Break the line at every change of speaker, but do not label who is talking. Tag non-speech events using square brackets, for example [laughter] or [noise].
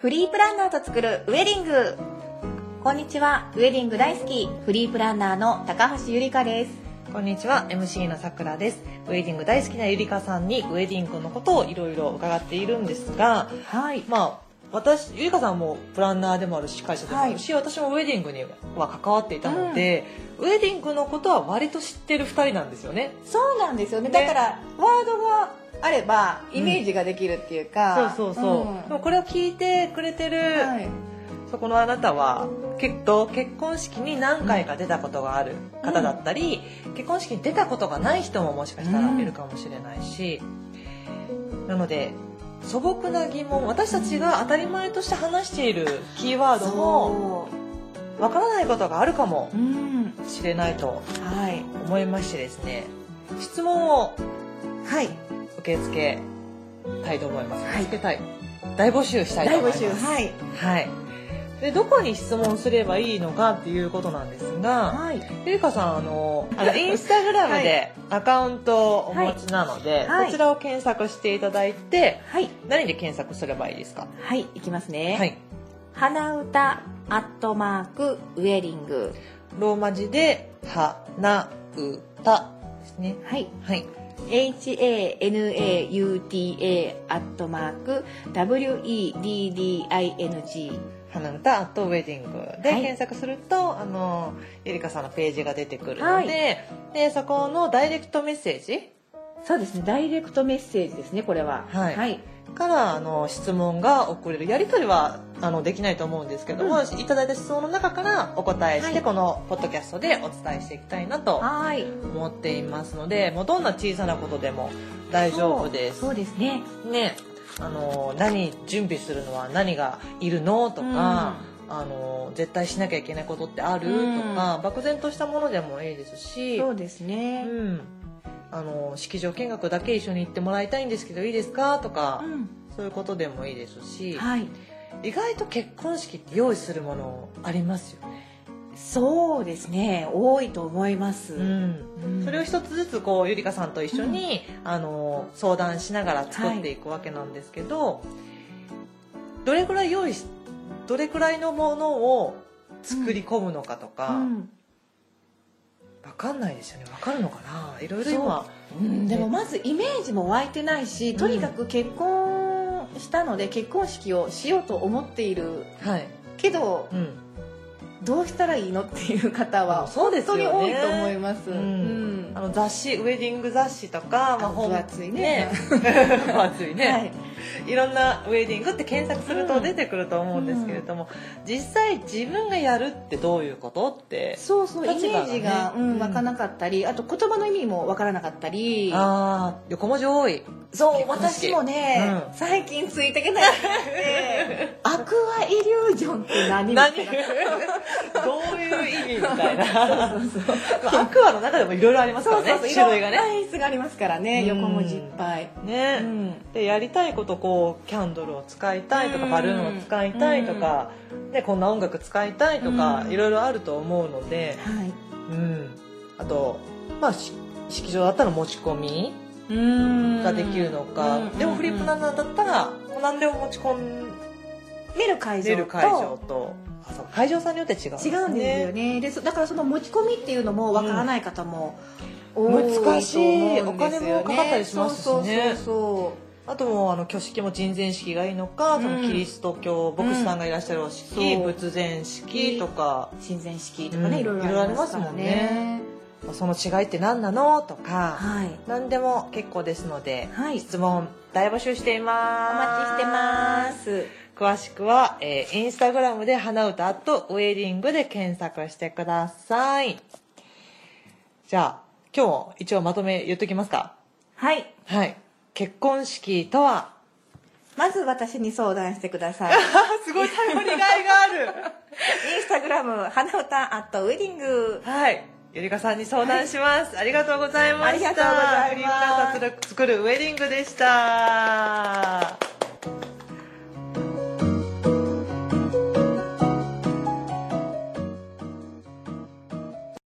フリープランナーと作るウェディングこんにちはウェディング大好きフリープランナーの高橋ゆりかです
こんにちは MC のさくらですウェディング大好きなゆりかさんにウェディングのことをいろいろ伺っているんですが
はい
まあ私ゆりかさんもプランナーでもあるし会社でもあるし、私もウェディングには関わっていたので、ウェディングのことは割と知ってる2人なんですよね
そうなんですよね
ね
だからワードがあればイメージができるっていう
そう
か、
そうそう、でもこれを聞いてくれてる、
れはい、
そこのあなたは結と結婚式に何回か出たことがある方だったり、結婚式に出たことがない人ももしかしたらいるかもしれないし、なので素朴な疑問私たちが当たり前として話しているキーワードも
そ
わからないことがあるかも
ううん
しれないと
はい
思いましてですね質問を
はい
受け付けたいと思います。
はい
受け付けたい大募集したいと
大
思い
募
ます
集はい
はい。で、どこに質問すればいいのかっていうことなんですが、
はい
ゆりかさん、あの、あのインスタグラムでアカウントをお持ちなので、
はい
こちらを検索していただいて、
はい
何で検索すればいいですか
はいいきますね、
はい。
花歌アットマークウェディング
ローマ字で、は、な、う、たですね。
はい
はい。
hanauta アットマーク wedding
花歌アットウェディングで
はい
検索すると、あの、ゆりかさんのページが出てくるので、
はい
で、そこのダイレクトメッセージ
そうですねダイレクトメッセージですねこれは
はいからあの質問が送れるやり取りはあのできないと思うんですけども、
う
いただいた質問の中からお答えして、
はい
このポッドキャストでお伝えしていきたいなと
はい
思っていますのでもうどんな小さなことでも大丈夫です
そう。そうですね
ねあの何準備するのは何がいるのとか、あの絶対しなきゃいけないことってある、とか漠然としたものでもいいですし
そうですね
うん、あの式場見学だけ一緒に行ってもらいたいんですけどいいですかとか、
うん
そういうことでもいいですし、
はい
意外と結婚式って用意するものありますよね。
そうですね多いと思います、
ん
うん
それを一つずつこうゆりかさんと一緒に、あの相談しながら作っていくわけなんですけど、どれくらい用意しどれくらいのものを作り込むのかとか、わ
うん
かんないですよねわかるのかないろいろ今
うんでもまずイメージも湧いてないしとにかく結婚したので結婚式をしようと思っている
はい、
けど
うん、
どうしたらいいのっていう方は
そうで
本
す
当
よ
に
ね
多いと思います。
う
うんん
あの雑誌ウェディング雑誌とか、まあ、
あの分厚いね
本
[laughs]
ね分厚いね、
はい、
いろんなウェディングって検索すると出てくると思うんですけれども、実際自分がやるってどういうことって
そうそう、イ
立
メ
場が
ー
ね
ジが、う、
うんん
湧かなかったり、あと言葉の意味もわからなかったり。
ああ横文字多い
そう、
結婚式
私もね、
うん
最近ついていけなく
[laughs]
て。アクアイリュージョンって何。 [laughs]
何ど
みたいな
ういう意味みたいな
そうそう
まあアクアの中でもいろいろあります
そ
から
うそう
ね
そう、
種類が
いろん
ね
な演出がありますからね、
うん
横文字いっぱい。
ね、
うん
でやりたいことこうキャンドルを使いたいとか
うん
バルーンを使いたいとか、でこんな音楽使いたいとか、
うん
いろいろあると思うので、
はい。
うん、あと、まあ、し式場だったら持ち込み
うん
ができるのか、でもフリップランナーだったらもう何でも持ち込ん
見る会
で
場
る
と。
会場とあそう会場さんによって違うんです
違うんですよねでそだからその持ち込みっていうのもわからない方も多いと思うんですよ、ね
難しいお金もかかったりしますし
そ
ね
うそうそ
あともうあの挙式も人前式がいいのか、そ
うん
のキリスト教牧師さんがいらっしゃるお式、
うんそう
仏前式とか
う、親善式とかね、
うん
いろいろありますからね
いろいろありまあその違いって何なのとか、
はい
何でも結構ですので、
はい
質問大募集してい
お
ま
待
す
ちしてます
詳しくは、えーインスタグラムで花歌とウェディングで検索してください。じゃあ、今日も一応まとめ言っときますか。
はい
はい。結婚式とは、
まず私に相談してくだ
[laughs]
さいイ
あすごい頼りがいが
[laughs]
ある。
ンスタグラム花歌アットウェディング
はい。ゆりかさんに相談します。ありがとうございました。
ありがとうございます
フリープランター作るウェディングでした。